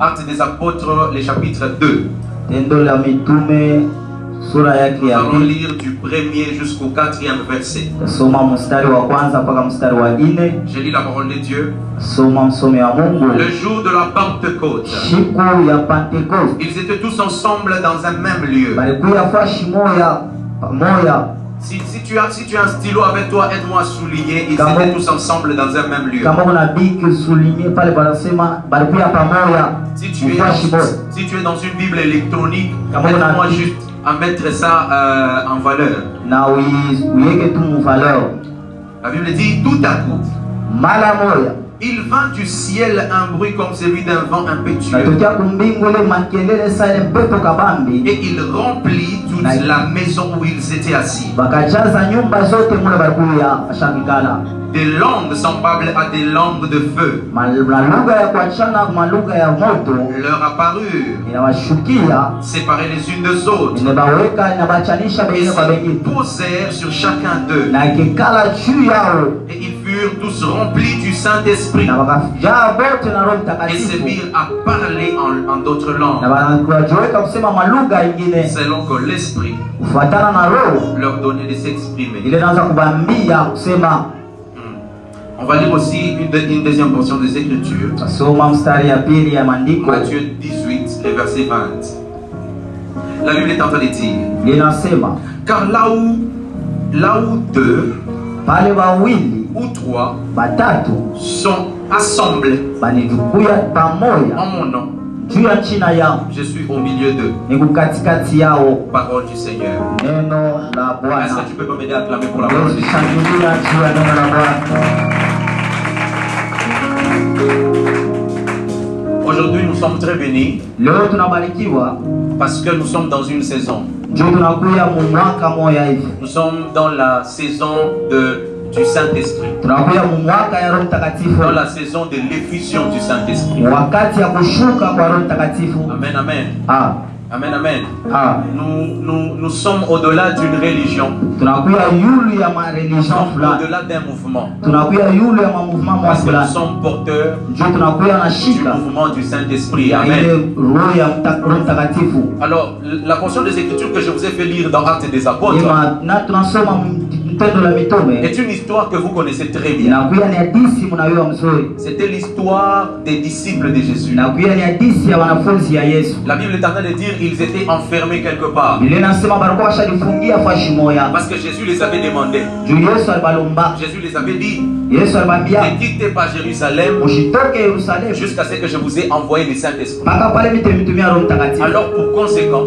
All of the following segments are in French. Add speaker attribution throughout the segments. Speaker 1: Actes des Apôtres, le chapitre 2.
Speaker 2: Tendo la mitume sura yake
Speaker 1: Nous
Speaker 2: ya
Speaker 1: allons
Speaker 2: pili
Speaker 1: lire du premier jusqu'au quatrième verset.
Speaker 2: tasoma mstari wa kwanza mpaka mstari wa nne
Speaker 1: Je lis la parole de Dieu.
Speaker 2: soma msome wa Mungu.
Speaker 1: Le jour de la Pentecôte,
Speaker 2: Siku ya Pentekoste
Speaker 1: ils étaient tous ensemble dans un même lieu.
Speaker 2: balikuya fashi moya moya
Speaker 1: Si, si tu as, si tu as un stylo avec toi, aide-moi à souligner. Ils
Speaker 2: Comment-
Speaker 1: étaient tous ensemble dans un même lieu.
Speaker 2: kama kuna biki souligné pale panasema balikuya pamoja
Speaker 1: Si tu, es,
Speaker 2: mfashi moya.
Speaker 1: si tu es dans une Bible électronique,
Speaker 2: Comment on a
Speaker 1: aide-moi
Speaker 2: dit-
Speaker 1: juste à mettre ça euh, en valeur.
Speaker 2: na ui- uiweke tu muvaleo
Speaker 1: La Bible dit tout à coup,
Speaker 2: mara moya
Speaker 1: il vint du ciel un bruit comme celui d'un vent impétueux.
Speaker 2: natokea kumbingu ile makelele sa ile mpepo kabambi
Speaker 1: Et il remplit toute
Speaker 2: Nice.
Speaker 1: la maison où ils étaient assis.
Speaker 2: bakajaza nyumba zote mule balikuya bashangikala
Speaker 1: Des langues semblables à des langues de feu
Speaker 2: malugha ya kuachana malugha ya moto
Speaker 1: leur apparurent,
Speaker 2: inawashukia
Speaker 1: séparées les unes des autres,
Speaker 2: inabaweka inabachanisha
Speaker 1: et
Speaker 2: bengine kwa
Speaker 1: se
Speaker 2: bengine
Speaker 1: posèrent sur chacun d'eux.
Speaker 2: na ikikala juu yao
Speaker 1: Et ils furent tous remplis du Saint-Esprit
Speaker 2: na wakajaa bote na roho
Speaker 1: et se
Speaker 2: mtakatifu
Speaker 1: mirent à parler en, en d'autres
Speaker 2: na
Speaker 1: langues,
Speaker 2: wakajiweka kusema malugha ingine
Speaker 1: selon que l'Esprit
Speaker 2: kufuatana na roho
Speaker 1: leur donnait de s'exprimer.
Speaker 2: ile naanza kubambia kusema
Speaker 1: Hmm. On va lire aussi une, de- une deuxième portion des Écritures.
Speaker 2: tasoma mstari ya pili ya maandiko
Speaker 1: Matthieu 18, le verset 20. La Bible est en train de dire
Speaker 2: linasema
Speaker 1: Car là où, là où deux
Speaker 2: pale wawili
Speaker 1: ou trois
Speaker 2: batatu
Speaker 1: sont assemblés
Speaker 2: banijumuya
Speaker 1: en
Speaker 2: pamoja
Speaker 1: mon nom,
Speaker 2: juu ya china yao
Speaker 1: je suis au milieu d'eux.
Speaker 2: niku katikati yao
Speaker 1: Parole du Seigneur.
Speaker 2: neno la
Speaker 1: Est-ce
Speaker 2: bwana
Speaker 1: que tu peux m'aider à clamer pour la parole de Dieu
Speaker 2: Tunashangilia juu ya neno la Bwana.
Speaker 1: Aujourd'hui, nous sommes très bénis
Speaker 2: Leo tunabarikiwa
Speaker 1: parce que nous sommes dans une saison.
Speaker 2: juu tunakuya mu mwaka moya hivi,
Speaker 1: Nous sommes dans la saison de, du Saint-Esprit,
Speaker 2: tunakuya mu mwaka ya Roho Mtakatifu,
Speaker 1: dans la saison de l'effusion du Saint-Esprit.
Speaker 2: wakati ya kushuka kwa Roho Mtakatifu.
Speaker 1: Amen, amen.
Speaker 2: Ah,
Speaker 1: Amen, amen.
Speaker 2: ah,
Speaker 1: Nous, nous, nous sommes au-delà d'une religion,
Speaker 2: tunakuya yulu ya
Speaker 1: nous
Speaker 2: mareligion
Speaker 1: sommes
Speaker 2: fulani,
Speaker 1: au-delà d'un mouvement.
Speaker 2: tunakuya yulu ya mamuvement mwa
Speaker 1: Parce que nous
Speaker 2: fulani,
Speaker 1: sommes porteurs
Speaker 2: juu tunakuya na
Speaker 1: du
Speaker 2: shika
Speaker 1: mouvement du Saint-Esprit.
Speaker 2: ya ile
Speaker 1: Amen.
Speaker 2: roho ya mta- Roho Mtakatifu
Speaker 1: Alors, la portion des Écritures que je vous ai fait lire dans Actes des Apôtres
Speaker 2: Ima, na tunasoma m- Mtendo la Mitume
Speaker 1: est une histoire que vous connaissez très bien.
Speaker 2: inakuya ni hadisi, mnayua mzuri,
Speaker 1: C'était l'histoire des disciples de Jésus.
Speaker 2: inakuya ni hadisi ya wanafunzi ya Yesu.
Speaker 1: La Bible est en train de dire qu'ils étaient enfermés quelque part.
Speaker 2: Biblia inasema balikuwa washajifungia fashi moya
Speaker 1: Parce que Jésus les avait demandé.
Speaker 2: juu Yesu alibalomba,
Speaker 1: Jésus les avait dit
Speaker 2: Yesu alibambia
Speaker 1: ne quittez pas Jérusalem
Speaker 2: mushitoke Yerusalemu
Speaker 1: jusqu'à ce que je vous ai envoyé le Saint-Esprit.
Speaker 2: mpaka pale mitemtumia Roho Mtakatifu.
Speaker 1: Alors, pour conséquent,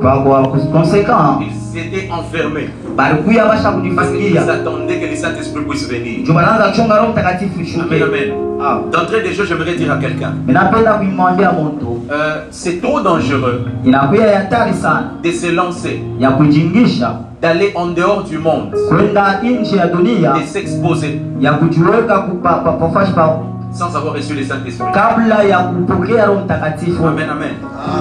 Speaker 2: Kwa kwa konsekant
Speaker 1: ils étaient enfermés
Speaker 2: balikuya
Speaker 1: parce qu'ils
Speaker 2: bashakujifungia
Speaker 1: attendaient que le Saint-Esprit puisse venir.
Speaker 2: juu banaanza kuchunga Roho Mtakatifu
Speaker 1: Amen,
Speaker 2: ishuke.
Speaker 1: amen.
Speaker 2: Ah,
Speaker 1: D'entrée des jeux, j'aimerais dire à quelqu'un
Speaker 2: ninapenda kuimwambia mtu
Speaker 1: euh, c'est trop dangereux
Speaker 2: inakuya ya hatari sana
Speaker 1: de se lancer,
Speaker 2: ya kujingisha
Speaker 1: d'aller en dehors du monde,
Speaker 2: kwenda nje ya
Speaker 1: de
Speaker 2: dunia
Speaker 1: s'exposer
Speaker 2: ya kujiweka kupa- pa- pa- fashi pa-
Speaker 1: sans avoir reçu le Saint-Esprit.
Speaker 2: kabla ya kupokea Roho Mtakatifu.
Speaker 1: Amen, amen.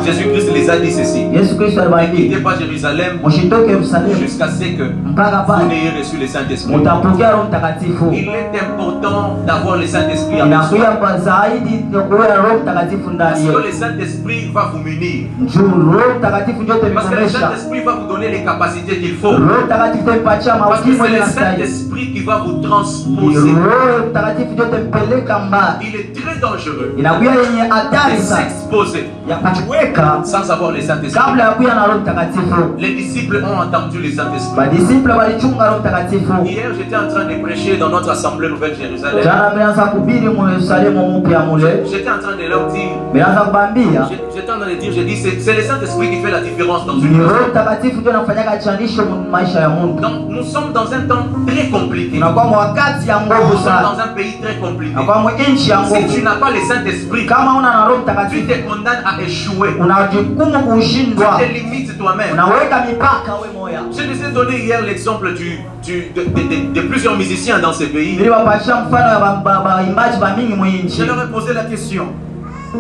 Speaker 1: Jésus-Christ les a dit ceci
Speaker 2: Yesu Kristo
Speaker 1: ne
Speaker 2: aliwaambia
Speaker 1: quittez pas Jérusalem
Speaker 2: mushitoke Yerusalemu
Speaker 1: jusqu'à ce que
Speaker 2: mpaka
Speaker 1: vous
Speaker 2: pale
Speaker 1: n'ayez reçu le Saint-Esprit.
Speaker 2: mutapokea Roho Mtakatifu.
Speaker 1: Il est important d'avoir le Saint-Esprit avec soi.
Speaker 2: Inakuya kwa zaidi ni kuwa Roho Mtakatifu
Speaker 1: Parce
Speaker 2: ndani
Speaker 1: que le
Speaker 2: yetu,
Speaker 1: Saint-Esprit va vous munir.
Speaker 2: juu Roho Mtakatifu ndio
Speaker 1: Parce que le
Speaker 2: itakukomesha.
Speaker 1: Saint-Esprit va vous donner les capacités qu'il faut.
Speaker 2: Roho Mtakatifu itampatia
Speaker 1: Parce que
Speaker 2: mauzimo
Speaker 1: c'est
Speaker 2: ile
Speaker 1: le
Speaker 2: nastahili.
Speaker 1: Saint-Esprit qui va vous
Speaker 2: Ni
Speaker 1: transposer.
Speaker 2: Roho Mtakatifu ndio itampeleka mbali.
Speaker 1: Il est très dangereux
Speaker 2: Inakuya yenye
Speaker 1: de
Speaker 2: hatari sana
Speaker 1: s'exposer
Speaker 2: ya kujiweka
Speaker 1: sans avoir le Saint-Esprit.
Speaker 2: kabla ya kuya na Roho Mtakatifu.
Speaker 1: Les disciples ont entendu le Saint-Esprit.
Speaker 2: Madisiple walichunga Roho Mtakatifu.
Speaker 1: Hier, j'étais en train de prêcher dans notre assemblée Nouvelle Jérusalem.
Speaker 2: Jana mmeanza kuhubiri mu Yerusalemu mpya mule,
Speaker 1: J'étais en train de leur dire,
Speaker 2: mmeanza kubambia
Speaker 1: j'ai- j'étais en train de dire, j'ai dit, c'est c'est le Saint-Esprit qui fait la différence dans
Speaker 2: ni
Speaker 1: une
Speaker 2: Roho
Speaker 1: maison.
Speaker 2: Mtakatifu ndio anafanyaga chanisho mu maisha ya mtu.
Speaker 1: Donc, nous sommes dans un temps très compliqué.
Speaker 2: Tunakuwa mu wakati ya
Speaker 1: Nous
Speaker 2: nguvu
Speaker 1: sommes
Speaker 2: sana.
Speaker 1: dans un pays très compliqué.
Speaker 2: na kwa nchi ya
Speaker 1: Si tu
Speaker 2: nguvu.
Speaker 1: n'as pas le Saint-Esprit,
Speaker 2: Kama una na Roho
Speaker 1: tu
Speaker 2: Mtakatifu
Speaker 1: te condamnes à échouer.
Speaker 2: una jukumu
Speaker 1: Tu
Speaker 2: kuushindwa,
Speaker 1: te limites toi-même.
Speaker 2: unaweka mipaka we moya.
Speaker 1: Je les ai donné hier l'exemple du, du- de, de- de- de plusieurs musiciens dans ces pays.
Speaker 2: Niliwapatia mfano ya ba- ba- baimbaji ba mingi mwi
Speaker 1: Je
Speaker 2: nchi,
Speaker 1: leur ai posé la question.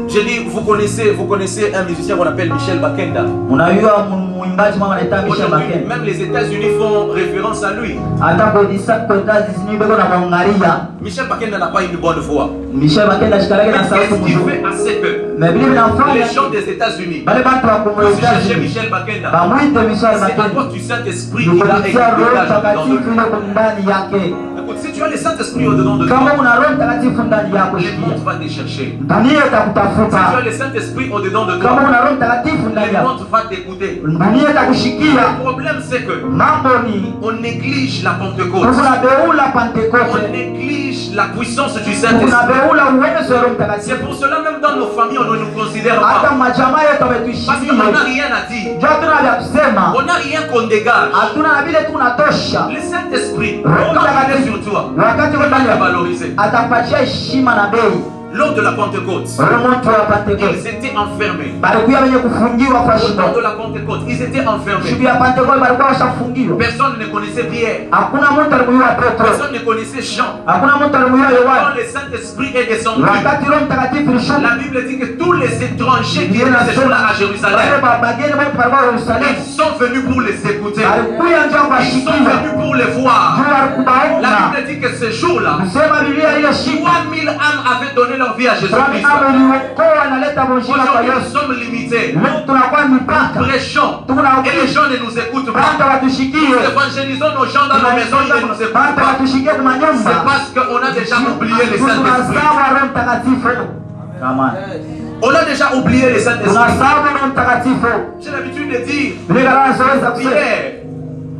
Speaker 1: J'ai dit, vous connaissez, vous connaissez un musicien qu'on appelle Michel Bakenda.
Speaker 2: unayua mu- muimbaji mwa wanaita Michel
Speaker 1: Aujourd'hui,
Speaker 2: Bakenda,
Speaker 1: même les États-Unis font référence à lui.
Speaker 2: hata kodisa kodazi sinibeko na mwangalia
Speaker 1: Michel Bakenda n'a pas une bonne voix.
Speaker 2: Michel Bakenda shikarake
Speaker 1: Mais
Speaker 2: na sauti
Speaker 1: qu'est-ce qui
Speaker 2: mzuri,
Speaker 1: fait à ce que
Speaker 2: mais bili
Speaker 1: les
Speaker 2: binafanya
Speaker 1: gens des États-Unis.
Speaker 2: bali bantu bakuma
Speaker 1: Vous cherchez
Speaker 2: etats-unis
Speaker 1: Michel Bakenda.
Speaker 2: bamwite misali
Speaker 1: C'est à
Speaker 2: makeni
Speaker 1: cause du Saint-Esprit qu'il a écrit
Speaker 2: nikupitia roho
Speaker 1: dans le
Speaker 2: mtakatifu ile ndani yake
Speaker 1: Écoute, si tu as le Saint-Esprit au-dedans de
Speaker 2: kama
Speaker 1: toi,
Speaker 2: una roho mtakatifu ndani yako
Speaker 1: le monde
Speaker 2: shikia
Speaker 1: va te chercher.
Speaker 2: dunia
Speaker 1: Si tu as
Speaker 2: itakutafuta
Speaker 1: le Saint-Esprit au-dedans de
Speaker 2: kama
Speaker 1: toi,
Speaker 2: una roho mtakatifu ndani
Speaker 1: le
Speaker 2: yako
Speaker 1: monde va t'écouter.
Speaker 2: dunia itakushikia
Speaker 1: Le problème, c'est que
Speaker 2: mambo ni
Speaker 1: on néglige la Pentecôte.
Speaker 2: tunabeula
Speaker 1: On
Speaker 2: pentekoste
Speaker 1: néglige la puissance du Saint-Esprit.
Speaker 2: tunabeula uwezo wa roho mtakatifu
Speaker 1: C'est pour cela même dans nos familles, on ne nous considère
Speaker 2: hata
Speaker 1: pas.
Speaker 2: majamaa yetu
Speaker 1: Parce qu'on n'a
Speaker 2: ametushia
Speaker 1: rien à dire.
Speaker 2: jo hatuna vya kusema
Speaker 1: On n'a rien qu'on dégage.
Speaker 2: hatuna na vile tunatosha
Speaker 1: Le Saint-Esprit, quand il est sur toi,
Speaker 2: wakati
Speaker 1: il va te
Speaker 2: wetani
Speaker 1: valoriser.
Speaker 2: atakupatia heshima na bei
Speaker 1: Lors de la Pentecôte,
Speaker 2: roho moto wa pentekoste
Speaker 1: ils étaient enfermés.
Speaker 2: balikuya wenye kufungiwa kwa
Speaker 1: Au temps
Speaker 2: shida
Speaker 1: de la Pentecôte, ils étaient enfermés.
Speaker 2: siku ya pentekoste balikuwa washafungiwa
Speaker 1: Personne ne connaissait Pierre.
Speaker 2: hakuna mtu alimuiwa petro
Speaker 1: Personne ne connaissait Jean.
Speaker 2: hakuna mtu alimuiwa
Speaker 1: Quand
Speaker 2: yohana
Speaker 1: le Saint-Esprit est descendu,
Speaker 2: wakati roho mtakatifu ilishuka
Speaker 1: la Bible dit que tous les étrangers qui
Speaker 2: Ndiyo
Speaker 1: étaient
Speaker 2: nasema.
Speaker 1: ce jour-là à
Speaker 2: wale
Speaker 1: Jérusalem,
Speaker 2: ba- bageni bali palikuwa yerusalemu
Speaker 1: ils sont venus pour les écouter.
Speaker 2: balikuya
Speaker 1: Ils
Speaker 2: njoo
Speaker 1: sont
Speaker 2: kuwashikiza
Speaker 1: venus pour les voir.
Speaker 2: juu
Speaker 1: La
Speaker 2: alikubaona
Speaker 1: Bible dit que ce jour-là,
Speaker 2: kusema bibilia iliyoshika
Speaker 1: 3000 âmes avaient donné leur vie à Jésus-Christ.
Speaker 2: kama iliokoa naleta mshima kwa
Speaker 1: Aujourd'hui, nous
Speaker 2: yesu
Speaker 1: sommes limités.
Speaker 2: leo tunakuwa mipaka
Speaker 1: Prêchons. Et les gens ne nous écoutent pas.
Speaker 2: banda watushikie
Speaker 1: Nous évangélisons nos gens dans nos maisons, ils ne nous écoutent
Speaker 2: banda
Speaker 1: pas.
Speaker 2: watushikie kwa
Speaker 1: C'est
Speaker 2: manyumba
Speaker 1: parce qu'on a déjà oublié le Saint-Esprit.
Speaker 2: tunasawa roho mtakatifu Amen.
Speaker 1: On a déjà oublié le Saint-Esprit.
Speaker 2: tunasawa roho mtakatifu
Speaker 1: J'ai l'habitude de dire,
Speaker 2: nikaanaweza kusema
Speaker 1: Pierre,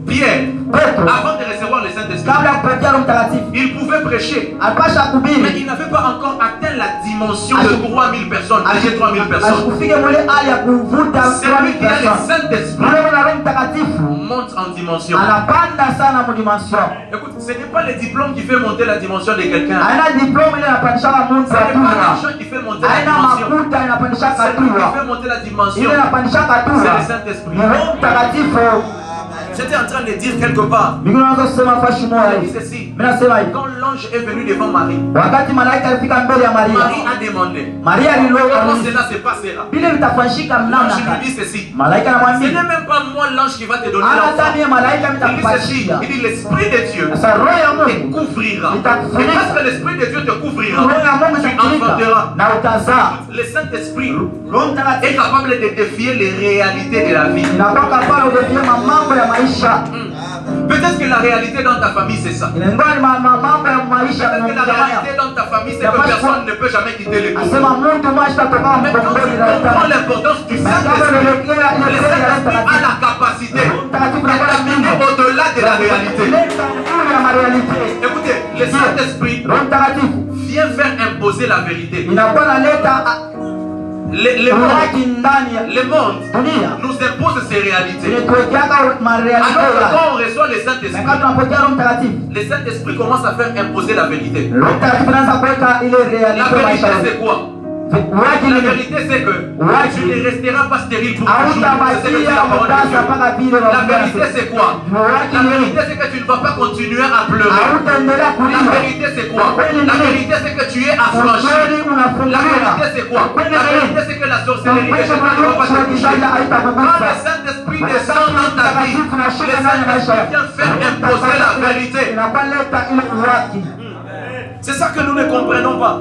Speaker 1: Pierre,
Speaker 2: petro
Speaker 1: avant de recevoir le Saint-Esprit,
Speaker 2: kabla ya kupokea roho mtakatifu
Speaker 1: il pouvait prêcher.
Speaker 2: alipasha
Speaker 1: Mais
Speaker 2: kuhubiri
Speaker 1: il n'avait pas encore atteint la dimension de 3000 personnes, de 3000 personnes.
Speaker 2: asikufike mule hali ya kuvuta roho
Speaker 1: Celui qui a le
Speaker 2: mtakatifu
Speaker 1: Saint-Esprit
Speaker 2: mule mwana roho mtakatifu
Speaker 1: monte en dimension.
Speaker 2: anapanda sana mudimension
Speaker 1: Écoute, ce n'est pas le diplôme qui fait monter la dimension de quelqu'un.
Speaker 2: aina diplome ile inapandishaka mtu
Speaker 1: Ce n'est pas
Speaker 2: hatua
Speaker 1: l'argent qui fait monter la
Speaker 2: aina
Speaker 1: dimension.
Speaker 2: makuta inapandishaka
Speaker 1: C'est lui qui
Speaker 2: hatua
Speaker 1: fait monter la
Speaker 2: ile
Speaker 1: dimension.
Speaker 2: inapandishaka
Speaker 1: C'est
Speaker 2: hatua
Speaker 1: le Saint-Esprit. Oh,
Speaker 2: ni roho mtakatifu
Speaker 1: J'étais en train de dire quelque part.
Speaker 2: bingine unaweza kusema fashi moya
Speaker 1: je dis
Speaker 2: hivi
Speaker 1: Ceci.
Speaker 2: mi nasema hivi
Speaker 1: Quand l'ange est venu devant Marie,
Speaker 2: wakati malaika alifika mbele ya
Speaker 1: Marie
Speaker 2: maria
Speaker 1: a demandé
Speaker 2: maria aliloa
Speaker 1: comment cela se passera.
Speaker 2: vile vitafanyika
Speaker 1: L'ange
Speaker 2: mnamna
Speaker 1: lui
Speaker 2: gani
Speaker 1: dit ceci.
Speaker 2: malaika
Speaker 1: Ce n'est
Speaker 2: anamwambia
Speaker 1: même pas moi l'ange qui va te donner
Speaker 2: hata
Speaker 1: l'enfant.
Speaker 2: mie malaika
Speaker 1: Il dit ceci.
Speaker 2: mtakupachia
Speaker 1: Il dit l'Esprit de Dieu
Speaker 2: sasa roho ya
Speaker 1: te
Speaker 2: mungu
Speaker 1: couvrira.
Speaker 2: Il t'a couvert.
Speaker 1: Et parce que l'Esprit de Dieu te couvrira,
Speaker 2: roho ya mungu
Speaker 1: tu enfanteras.
Speaker 2: itakufunika na utazaa
Speaker 1: Le Saint-Esprit
Speaker 2: roho
Speaker 1: est
Speaker 2: mtakatifu
Speaker 1: capable de défier les réalités de la vie.
Speaker 2: inakwaka pale udefiema mambo ya maisha
Speaker 1: Peut-être que la réalité dans ta famille, c'est ça.
Speaker 2: inaingoa ni ma- ma- mambo ya maisha
Speaker 1: Peut-être que la
Speaker 2: yanayojamaya.
Speaker 1: réalité dans ta famille, c'est
Speaker 2: Il y a
Speaker 1: que
Speaker 2: pas de Ah,
Speaker 1: personne ne peut jamais quitter les cours.
Speaker 2: asema mtu mwasha tokaa
Speaker 1: Mais quand tu
Speaker 2: mkomboni na
Speaker 1: comprends
Speaker 2: utani
Speaker 1: l'importance du
Speaker 2: Mais quand
Speaker 1: Saint-Esprit,
Speaker 2: le cœur- le
Speaker 1: le
Speaker 2: cœur est
Speaker 1: Saint-Esprit a la
Speaker 2: impératif.
Speaker 1: capacité de
Speaker 2: mtakatifu nakwenda
Speaker 1: t'amener
Speaker 2: mbingu
Speaker 1: au-delà de la réalité.
Speaker 2: leta nguvu ya marealite
Speaker 1: Écoutez, le Saint-Esprit
Speaker 2: roho mtakatifu
Speaker 1: vient faire imposer la vérité.
Speaker 2: inakuwa naleta ah,
Speaker 1: Le, le monde,
Speaker 2: uraki ndani ya
Speaker 1: le monde
Speaker 2: dunia
Speaker 1: nous impose ses réalités.
Speaker 2: ilituwekeaka marealite
Speaker 1: Alors que
Speaker 2: yake.
Speaker 1: quand on reçoit le
Speaker 2: na
Speaker 1: Saint-Esprit,
Speaker 2: kama tunapokea roho mtakatifu
Speaker 1: le Saint-Esprit commence à faire imposer la vérité.
Speaker 2: roho mtakatifu inaanza kuweka ile
Speaker 1: La
Speaker 2: realite
Speaker 1: vérité,
Speaker 2: maisha
Speaker 1: c'est
Speaker 2: yetu
Speaker 1: quoi
Speaker 2: uraki
Speaker 1: La
Speaker 2: ni
Speaker 1: vérité, c'est que tu ne resteras pas stérile pour toujours. Ça, C'est le
Speaker 2: hautabakia
Speaker 1: la parole de
Speaker 2: utasa
Speaker 1: Dieu.
Speaker 2: mpaka vile
Speaker 1: La vérité,
Speaker 2: roho
Speaker 1: c'est quoi
Speaker 2: uraki
Speaker 1: La
Speaker 2: ni
Speaker 1: vérité, c'est que tu ne vas pas continuer à
Speaker 2: Ah
Speaker 1: pleurer.
Speaker 2: hautaendelea
Speaker 1: La
Speaker 2: kulia
Speaker 1: vérité, c'est quoi La vérité, c'est que tu es affranchi.
Speaker 2: ukweli
Speaker 1: La vérité,
Speaker 2: unafunguka
Speaker 1: c'est quoi La vérité, c'est que la sorcellerie est Quand le Saint-Esprit descend dans ta vie, le Saint-Esprit vient faire imposer la vérité. C'est ça que nous ne comprenons pas.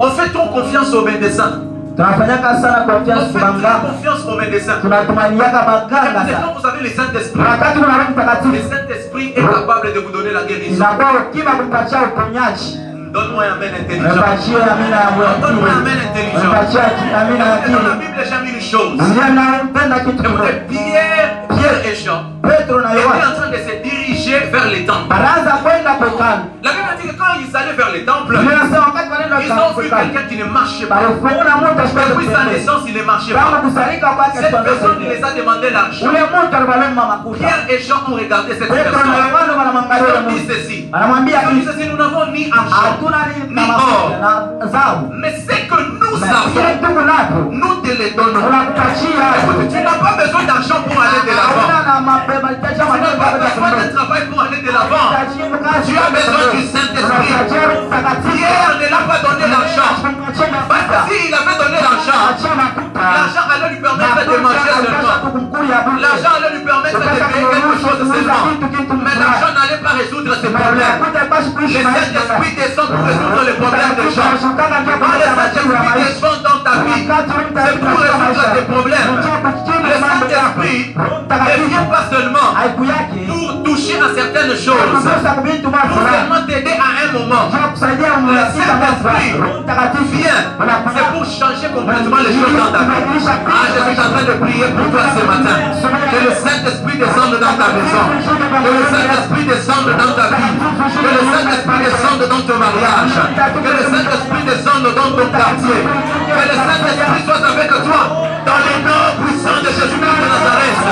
Speaker 1: On fait trop confiance aux médecins.
Speaker 2: tunafanyaka sana
Speaker 1: On
Speaker 2: confiance
Speaker 1: fait très
Speaker 2: kubangana
Speaker 1: confiance aux médecins.
Speaker 2: tunatumaniaka baganga
Speaker 1: C'est
Speaker 2: sana
Speaker 1: quand vous avez le Saint-Esprit.
Speaker 2: wakati kuna roho
Speaker 1: Le
Speaker 2: mtakatifu
Speaker 1: Saint-Esprit est capable de vous donner la guérison.
Speaker 2: inakuwa ukiva kumpatia uponyaji
Speaker 1: Donne-moi un amen intelligent.
Speaker 2: umepatie amina ya mwakili
Speaker 1: Donne-moi un amen intelligent.
Speaker 2: umepatie aki- amina ya
Speaker 1: Écoutez, Dans la
Speaker 2: kili
Speaker 1: Bible, j'ai mis une chose.
Speaker 2: ndiye mnayempenda kitu
Speaker 1: Écoutez,
Speaker 2: kidogo
Speaker 1: Pierre, Pierre et Jean
Speaker 2: petro na
Speaker 1: étaient
Speaker 2: yohana
Speaker 1: en train de se diriger vers les temples.
Speaker 2: baraza kwenda pekani
Speaker 1: La Bible dit que quand ils allaient vers les temples,
Speaker 2: inasema wakati wanaenda
Speaker 1: ils ont vu
Speaker 2: pekani
Speaker 1: quelqu'un qui ne marchait
Speaker 2: Bah,
Speaker 1: pas.
Speaker 2: balifuona mtu
Speaker 1: Depuis sa
Speaker 2: ashikae
Speaker 1: naissance, il ne marchait
Speaker 2: kama
Speaker 1: pas.
Speaker 2: kusarika kwake
Speaker 1: Cette personne il les
Speaker 2: tunaona
Speaker 1: a demandé l'argent.
Speaker 2: ule mtu alibalema makuta
Speaker 1: Pierre et Jean ont regardé cette
Speaker 2: petro na
Speaker 1: personne.
Speaker 2: yohana
Speaker 1: Ils
Speaker 2: wanamwangalia
Speaker 1: ont
Speaker 2: yule
Speaker 1: dit
Speaker 2: mtu
Speaker 1: ceci.
Speaker 2: anamwambia
Speaker 1: Ils ont dit ceci, nous n'avons ni
Speaker 2: Ah,
Speaker 1: argent.
Speaker 2: hatuna nini na mafuta na zao
Speaker 1: Mais ce que nous
Speaker 2: na
Speaker 1: avons,
Speaker 2: kile tuko nacho
Speaker 1: nous te le donnons.
Speaker 2: tunakupatia
Speaker 1: Écoute, tu n'as pas besoin d'argent pour aller de l'avant.
Speaker 2: hauna na mapema chacha
Speaker 1: Tu n'as pas besoin
Speaker 2: maneno
Speaker 1: de travail pour aller de l'avant. Tu as besoin du Saint-Esprit. Pierre ne l'a pas donné l'argent. Parce que s'il avait donné l'argent, l'argent allait lui permettre de manger seulement. L'argent allait lui permettre de payer quelque chose seulement. Mais la l'argent n'allait pas résoudre ces problèmes. Le Saint-Esprit descend pour résoudre les problèmes des gens. Quand le Saint-Esprit descend dans ta vie, c'est pour résoudre tes problèmes. Le Saint-Esprit ne vient pas seulement pour toucher à certaines choses, pour seulement t'aider à un moment. Le Saint-Esprit vient, c'est pour changer complètement les choses dans ta vie. Ah, je suis en train de prier pour toi ce matin. Que le Saint-Esprit descende dans ta maison. Que le Saint-Esprit descende dans ta vie. Que le Saint-Esprit descende dans ton mariage. Que le Saint-Esprit descende dans ton quartier. Que le Saint-Esprit soit avec toi dans les noms puissants de Jésus-Christ de Nazareth.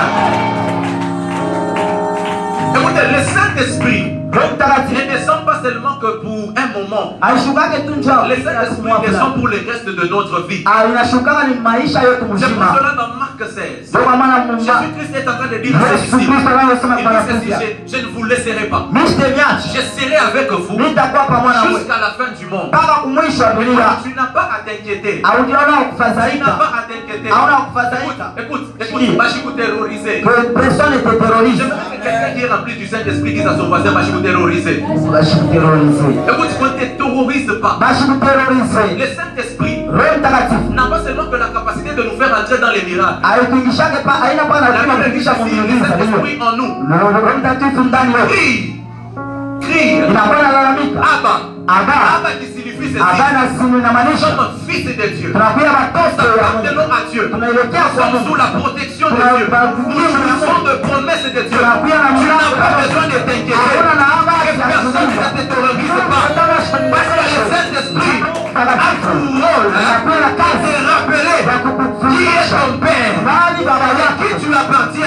Speaker 1: Écoutez, le Saint-Esprit ne descend pas seulement que pour un moment.
Speaker 2: aishukake tu njao
Speaker 1: Le Saint-Esprit descend pour le reste de notre vie.
Speaker 2: inashukaka ni maisha yote
Speaker 1: C'est pour
Speaker 2: mzima
Speaker 1: cela dans Marc 16.
Speaker 2: ndio kwa maana Mungu-
Speaker 1: Jésus-Christ est en train de dire à ses disciples,
Speaker 2: Yesu Kristo
Speaker 1: il
Speaker 2: anayosema kwa
Speaker 1: dit
Speaker 2: wanafunzi
Speaker 1: ceci, je, je ne vous laisserai pas.
Speaker 2: mimi sitemiachi
Speaker 1: Je serai avec vous
Speaker 2: nitakuwa pamoja nawe
Speaker 1: jusqu'à la fin du monde.
Speaker 2: mpaka kumwisho wa dunia
Speaker 1: Tu n'as pas à t'inquiéter.
Speaker 2: aujiona
Speaker 1: Tu n'as
Speaker 2: ukufadhaika
Speaker 1: pas à t'inquiéter.
Speaker 2: hauna
Speaker 1: Écoute,
Speaker 2: kufadhaika
Speaker 1: écoute, écoute, Machikou terrorisé.
Speaker 2: Pe- personne te
Speaker 1: Je
Speaker 2: terrorise
Speaker 1: veux que quelqu'un qui est rempli du Saint-Esprit dise à son voisin, Machikou terrorisé.
Speaker 2: basikuterorize
Speaker 1: Écoute, qu'on ne te terrorise pas.
Speaker 2: basikuterorize
Speaker 1: Le Saint-Esprit
Speaker 2: roho mtakatifu
Speaker 1: n'a pas seulement que la capacité de nous faire entrer dans les miracles.
Speaker 2: haikuingishake pa haina pana
Speaker 1: La
Speaker 2: lazima
Speaker 1: Bible dit
Speaker 2: kuingisha
Speaker 1: ceci, le
Speaker 2: kumjuliza hiyo
Speaker 1: Saint-Esprit en nous.
Speaker 2: Na roho mtakatifu ndani wewe
Speaker 1: Crie, crie,
Speaker 2: inakuwa nalalamika
Speaker 1: Abba,
Speaker 2: Abba
Speaker 1: Abba qui signifie ceci.
Speaker 2: abana simu
Speaker 1: Nous
Speaker 2: inamaanisha
Speaker 1: sommes fils de Dieu.
Speaker 2: tunakuya matoto
Speaker 1: Nous
Speaker 2: ya Mungu
Speaker 1: appartenons à Dieu. Nous
Speaker 2: tunaelekea kwa
Speaker 1: sommes
Speaker 2: Mungu
Speaker 1: sous la protection de Dieu. Nous jouissons de promesses de Dieu. Tu n'as pas besoin de t'inquiéter. Que personne ne te terrorise pas. Parce que le Saint-Esprit a pour rôle hein, de te rappeler qui est ton Père,
Speaker 2: nani baba
Speaker 1: à
Speaker 2: yake
Speaker 1: qui tu appartiens,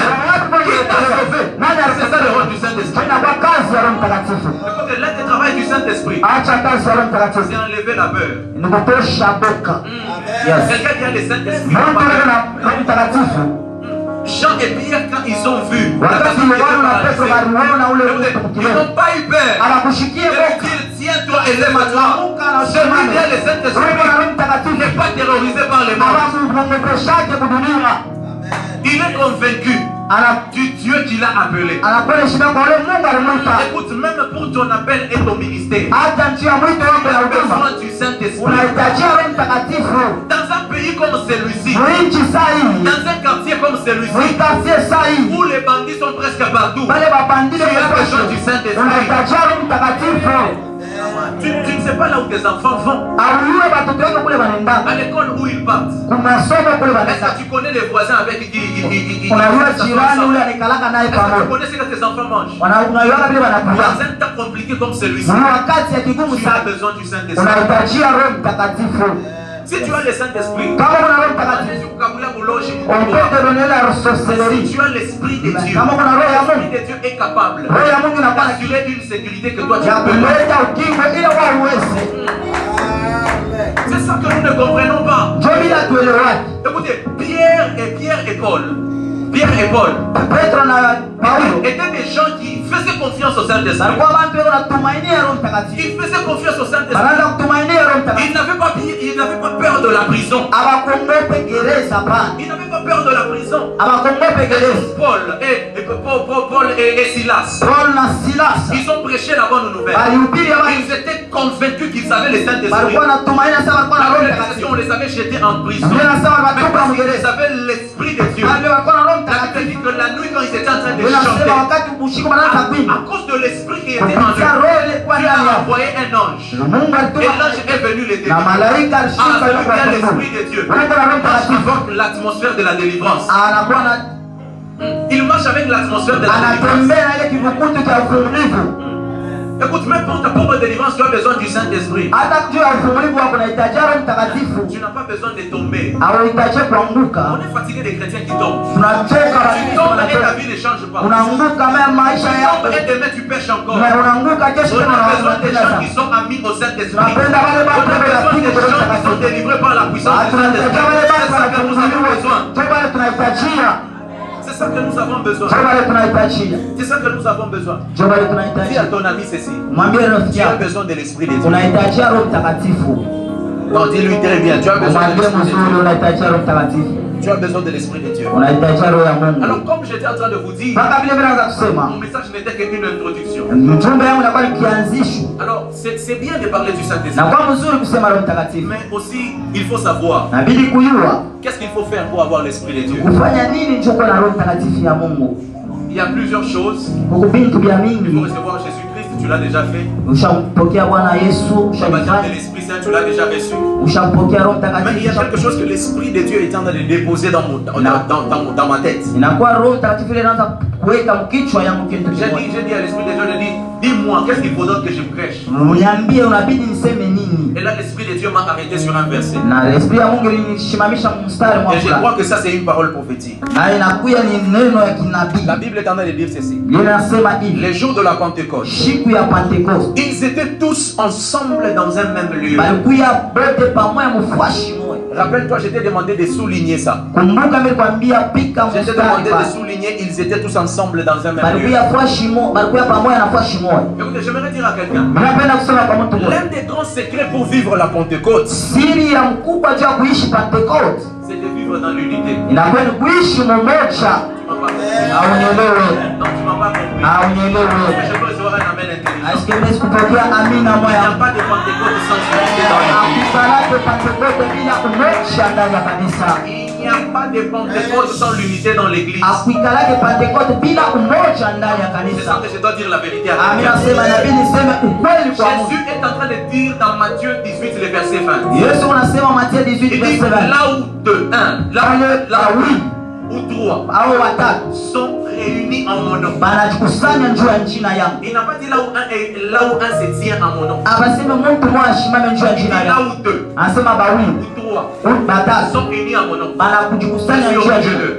Speaker 1: qui t'a sauvé. C'est ça le rôle du Saint-Esprit.
Speaker 2: inakuwa kazi ya roho mtakatifu
Speaker 1: Écoute, l'un des travaux du Saint-Esprit,
Speaker 2: acha kazi ya roho
Speaker 1: c'est
Speaker 2: mtakatifu
Speaker 1: enlever la peur.
Speaker 2: ni kutosha boka Yes.
Speaker 1: Quelqu'un qui a le Saint-Esprit.
Speaker 2: Mungu
Speaker 1: pas
Speaker 2: pamoja
Speaker 1: peur.
Speaker 2: na roho mtakatifu
Speaker 1: Jean et Pierre, quand ils ont vu, la
Speaker 2: wakati
Speaker 1: personne qui était
Speaker 2: Yohana na Petro
Speaker 1: paralysée,
Speaker 2: walimuona ule
Speaker 1: écoutez, ils
Speaker 2: mtu mkiwemo
Speaker 1: n'ont pas eu
Speaker 2: Ah,
Speaker 1: peur.
Speaker 2: anakushikia
Speaker 1: Je veux
Speaker 2: boka
Speaker 1: dire, tiens-toi et
Speaker 2: Ah,
Speaker 1: lève-toi. Celui qui a le
Speaker 2: roho na
Speaker 1: Saint-Esprit
Speaker 2: roho mtakatifu
Speaker 1: n'est pas terrorisé par le
Speaker 2: Ah,
Speaker 1: monde.
Speaker 2: anamwogopeshaje kudunia
Speaker 1: Il est convaincu
Speaker 2: Ana-
Speaker 1: du Dieu qui l'a appelé.
Speaker 2: anakwenda shida kwa ule mungu alimwita
Speaker 1: Écoute, même pour ton appel et ton ministère,
Speaker 2: hata nchi ya mwito
Speaker 1: tu
Speaker 2: wako la
Speaker 1: as
Speaker 2: huduma
Speaker 1: besoin du Saint-Esprit.
Speaker 2: unahitajia roho mtakatifu
Speaker 1: Dans un pays comme celui-ci,
Speaker 2: mwinchi saa hii
Speaker 1: dans un quartier comme celui-ci,
Speaker 2: mwitasie saa hii
Speaker 1: où les bandits sont presque partout,
Speaker 2: wale mabandili
Speaker 1: tu as
Speaker 2: wamepaswa.
Speaker 1: besoin du Saint-Esprit.
Speaker 2: unahitajia roho mtakatifu
Speaker 1: Tu, tu ne sais pas là où tes enfants vont,
Speaker 2: auyue watoto wake kule wanaendaka
Speaker 1: à l'école où ils partent.
Speaker 2: kumasomo kule
Speaker 1: Est-ce
Speaker 2: wanaendaka
Speaker 1: que tu connais les voisins avec qui ils- ils- ils- ils- ils- ils-
Speaker 2: unajua
Speaker 1: ils-
Speaker 2: jirani ule
Speaker 1: ensemble
Speaker 2: anikalaka naye
Speaker 1: Est-ce que tu
Speaker 2: pamoja
Speaker 1: connais ce que tes enfants mangent
Speaker 2: Wana- unajuaga vile
Speaker 1: Dans
Speaker 2: wanakulia
Speaker 1: un temps compliqué comme celui-ci,
Speaker 2: ni wakati ya kigumu
Speaker 1: tu as
Speaker 2: sana
Speaker 1: besoin du Saint-Esprit.
Speaker 2: unahitajia roho mtakatifu
Speaker 1: Si tu as le Saint-Esprit,
Speaker 2: kama kuna roho mtakatifu
Speaker 1: Jésus, Kabula, Boulogne,
Speaker 2: On peut
Speaker 1: Kabula,
Speaker 2: te donner la
Speaker 1: si
Speaker 2: sorcellerie.
Speaker 1: tu as l'Esprit de Dieu,
Speaker 2: Kama kuna roho ya
Speaker 1: l'Esprit
Speaker 2: Mungu,
Speaker 1: de Dieu est capable
Speaker 2: roho ya Mungu inakuwa na
Speaker 1: d'assurer une sécurité que toi tu
Speaker 2: ya
Speaker 1: as besoin.
Speaker 2: kuleta ukimwe ile wao uweze.
Speaker 1: C'est ça que nous ne comprenons pas.
Speaker 2: Ndio bila tuelewaki.
Speaker 1: Écoutez, Pierre et Pierre et Paul, Pierre et Paul,
Speaker 2: Petro na Paulo
Speaker 1: étaient des gens qui faisaient confiance au Saint-Esprit.
Speaker 2: walikuwa watu wengi wanatumainia roho mtakatifu.
Speaker 1: Ils faisaient confiance au Saint-Esprit.
Speaker 2: Wanaanza kutumainia roho mtakatifu.
Speaker 1: Ils n'avaient pas, ils n'avaient pas peur de la prison.
Speaker 2: Hawakuogope gereza bana.
Speaker 1: Ils n'avaient pas peur de la prison.
Speaker 2: Hawakuogope gereza.
Speaker 1: Paul et, et- Paul, Paul- Paul et, et Silas,
Speaker 2: Paul na Silas
Speaker 1: ils ont prêché la bonne nouvelle.
Speaker 2: walihubiri habari.
Speaker 1: Ils étaient convaincus qu'ils avaient le Saint-Esprit.
Speaker 2: Walikuwa wanatumainia sana walikuwa na
Speaker 1: La
Speaker 2: roho
Speaker 1: révélation, on
Speaker 2: mtakatifu.
Speaker 1: les avait jetés en prison. Mais
Speaker 2: Ndio nasema watupa
Speaker 1: parce qu'ils
Speaker 2: mgereza.
Speaker 1: avaient l'Esprit de Dieu.
Speaker 2: Wale walikuwa na roho
Speaker 1: La
Speaker 2: mtakatifu.
Speaker 1: Bible dit que la nuit, quand ils étaient en train de chanter,
Speaker 2: Unasema wakati usiku
Speaker 1: à,
Speaker 2: wanaanza kuimba.
Speaker 1: Ah, à cause de l'Esprit qui était en
Speaker 2: Kupitia
Speaker 1: eux,
Speaker 2: roho ilikuwa
Speaker 1: Dieu
Speaker 2: ndani
Speaker 1: a
Speaker 2: yao.
Speaker 1: envoyé un ange.
Speaker 2: Mungu
Speaker 1: Et
Speaker 2: alituma
Speaker 1: l'ange est venu les délivrer.
Speaker 2: na malaika
Speaker 1: Ah,
Speaker 2: alishuka
Speaker 1: celui
Speaker 2: yuko
Speaker 1: qui a
Speaker 2: kwa
Speaker 1: l'Esprit de
Speaker 2: Mungu.
Speaker 1: Dieu.
Speaker 2: Mungu na Roho
Speaker 1: marche
Speaker 2: Mtakatifu
Speaker 1: avec l'atmosphère de la délivrance.
Speaker 2: anakuwa na
Speaker 1: Il marche avec l'atmosphère de la délivrance.
Speaker 2: anatembea na ile kivukutu cha uvumilivu.
Speaker 1: Écoute, même pour ta propre délivrance, tu as besoin du Saint-Esprit.
Speaker 2: Hata juu ya uvumilivu wako unahitaji Roho Mtakatifu,
Speaker 1: Tu n'as pas besoin de tomber.
Speaker 2: hauhitaji
Speaker 1: On
Speaker 2: kuanguka.
Speaker 1: est fatigué des chrétiens qui tombent.
Speaker 2: Tunachoka
Speaker 1: Tu
Speaker 2: Wakristo,
Speaker 1: tombes et ta
Speaker 2: tunachoka.
Speaker 1: vie ne change pas.
Speaker 2: unaanguka ma
Speaker 1: Tu
Speaker 2: maisha yako
Speaker 1: tombes et demain tu pêches encore.
Speaker 2: na unaanguka kesho
Speaker 1: On
Speaker 2: tena
Speaker 1: a besoin des gens
Speaker 2: unaanguka.
Speaker 1: qui sont amis au Saint-Esprit. On a
Speaker 2: Napenda wale watu
Speaker 1: besoin des
Speaker 2: wanapiga kwa
Speaker 1: gens qui sont
Speaker 2: Saint-Esprit.
Speaker 1: délivrés par la puissance
Speaker 2: Ah,
Speaker 1: du
Speaker 2: tunahitaji wale
Speaker 1: Saint-Esprit. C'est
Speaker 2: basi
Speaker 1: ça que nous avons besoin.
Speaker 2: wanatumainia, Ndio wale tunahitajia,
Speaker 1: C'est ça que nous avons besoin.
Speaker 2: ndio wale tunahitajia,
Speaker 1: C'est ça que nous avons besoin.
Speaker 2: ndio wale
Speaker 1: Dis à
Speaker 2: tunahitajia.
Speaker 1: ton ami ceci.
Speaker 2: Mwambie rafiki
Speaker 1: Tu as
Speaker 2: yako
Speaker 1: besoin de l'Esprit de Dieu.
Speaker 2: unahitajia Roho Mtakatifu.
Speaker 1: Non, dis-lui très bien. Tu as besoin de
Speaker 2: Mwambie
Speaker 1: l'Esprit de Dieu.
Speaker 2: mzuri unahitajia Roho Mtakatifu.
Speaker 1: Tu as besoin de l'Esprit de Dieu.
Speaker 2: unahitaji roho ya Mungu.
Speaker 1: Alors, comme j'étais en train de vous dire,
Speaker 2: Mpaka vile vile naweza
Speaker 1: mon
Speaker 2: kusema
Speaker 1: message n'était qu'une introduction.
Speaker 2: mjumbe yangu inakuwa ni kianzisho,
Speaker 1: Alors, c'est c'est bien de parler du
Speaker 2: na
Speaker 1: Saint-Esprit,
Speaker 2: kwa mzuri kusema Roho Mtakatifu,
Speaker 1: mais aussi, il faut savoir
Speaker 2: nabidi kuyua
Speaker 1: qu'est-ce qu'il faut faire pour avoir l'Esprit de Dieu.
Speaker 2: kufanya nini chokuwa na Roho Mtakatifu ya Mungu.
Speaker 1: Il y a plusieurs choses.
Speaker 2: Huku vitu vya
Speaker 1: Il faut
Speaker 2: mingi,
Speaker 1: recevoir Jésus-Christ, tu l'as déjà fait.
Speaker 2: ushampokea Bwana Yesu,
Speaker 1: Tu vas dire que
Speaker 2: ushamfanya,
Speaker 1: l'Esprit Saint, tu l'as déjà reçu.
Speaker 2: ushampokea Roho
Speaker 1: Mais il y
Speaker 2: Mtakatifu,
Speaker 1: a quelque
Speaker 2: usha-
Speaker 1: chose que l'Esprit de Dieu est en train de déposer dans, mon, dans, dans, dans mon- dans ma tête.
Speaker 2: inakuwa Roho Mtakatifu ile inaanza kuweka mkichwa yangu kitu
Speaker 1: J'ai dit,
Speaker 2: kimoja.
Speaker 1: j'ai dit à l'Esprit de Dieu, j'ai dit, dis-moi, qu'est-ce qu'il faudrait que je prêche
Speaker 2: Uniambie, unabidi niseme nini?
Speaker 1: Et là, l'Esprit de Dieu m'a arrêté sur un verset.
Speaker 2: Na esprit ya Mungu ilinishimamisha mstari
Speaker 1: Et je
Speaker 2: mwafula,
Speaker 1: crois que ça, c'est une parole prophétique.
Speaker 2: na inakuya ni neno ya kinabii
Speaker 1: La Bible est en train de dire ceci.
Speaker 2: linasema hivi:
Speaker 1: Les jours de la Pentecôte,
Speaker 2: siku ya Pentekoste
Speaker 1: ils étaient tous ensemble dans un même lieu.
Speaker 2: balikuya bote pamoya mufuashi moya.
Speaker 1: Rappelle-toi, je t'ai demandé de souligner ça.
Speaker 2: Kumbuka nilikwambia pika
Speaker 1: Je t'ai
Speaker 2: mstari
Speaker 1: demandé de
Speaker 2: pale,
Speaker 1: souligner, ils étaient tous ensemble dans un même lieu.
Speaker 2: balikuya fuashi moya, balikuya pamoya na fuashi moya.
Speaker 1: Écoutez, j'aimerais dire à quelqu'un.
Speaker 2: Ninapenda kusema kwa mtu mmoja,
Speaker 1: L'un des grands secrets pour vivre la Pentecôte,
Speaker 2: siri ya mkubwa cha kuishi Pentekoste
Speaker 1: c'est de vivre dans l'unité.
Speaker 2: inakuwa ni kuishi mumoja.
Speaker 1: Tu m'as pas compris.
Speaker 2: Na unielewe,
Speaker 1: Ah, Non, tu m'as pas compris.
Speaker 2: na
Speaker 1: Je
Speaker 2: unielewe.
Speaker 1: veux recevoir un amen intelligent.
Speaker 2: Nasikia sikupokea amina
Speaker 1: Il n'y
Speaker 2: moya
Speaker 1: a pas de Pentecôte sans unité dans l'unité.
Speaker 2: Akisalake Pentekoste bila kumecha ndani ya kanisa.
Speaker 1: Il n'y a pas de Ah. Pentecôte sans l'unité dans l'église.
Speaker 2: Akuikalake Pentekoste bila umoja ndani ya
Speaker 1: Je sens
Speaker 2: kanisa.
Speaker 1: que je dois dire la vérité à quelqu'un.
Speaker 2: Amina sema nabii niseme ukweli kwa Mungu.
Speaker 1: Jésus est en train de dire dans Matthieu 18, le verset 20.
Speaker 2: Yesu unasema Mathayo 18
Speaker 1: Il dit
Speaker 2: verse 20.
Speaker 1: là où deux, un, là où, là où, ou trois
Speaker 2: Hao watatu
Speaker 1: sont réunis en mon nom.
Speaker 2: banajikusanya juu ya jina yangu.
Speaker 1: Il n'a pas dit là où un, est- là où un se tient en mon nom.
Speaker 2: Abaseme mtu mmoja ashimame juu ya
Speaker 1: Il dit
Speaker 2: jina
Speaker 1: là
Speaker 2: yangu.
Speaker 1: où deux
Speaker 2: Anasema
Speaker 1: ou
Speaker 2: bawili,
Speaker 1: trois
Speaker 2: huyu batatu
Speaker 1: sont unis en mon nom.
Speaker 2: banakujikusanya
Speaker 1: Je
Speaker 2: juu
Speaker 1: suis au
Speaker 2: ya
Speaker 1: milieu
Speaker 2: jina.
Speaker 1: d'eux.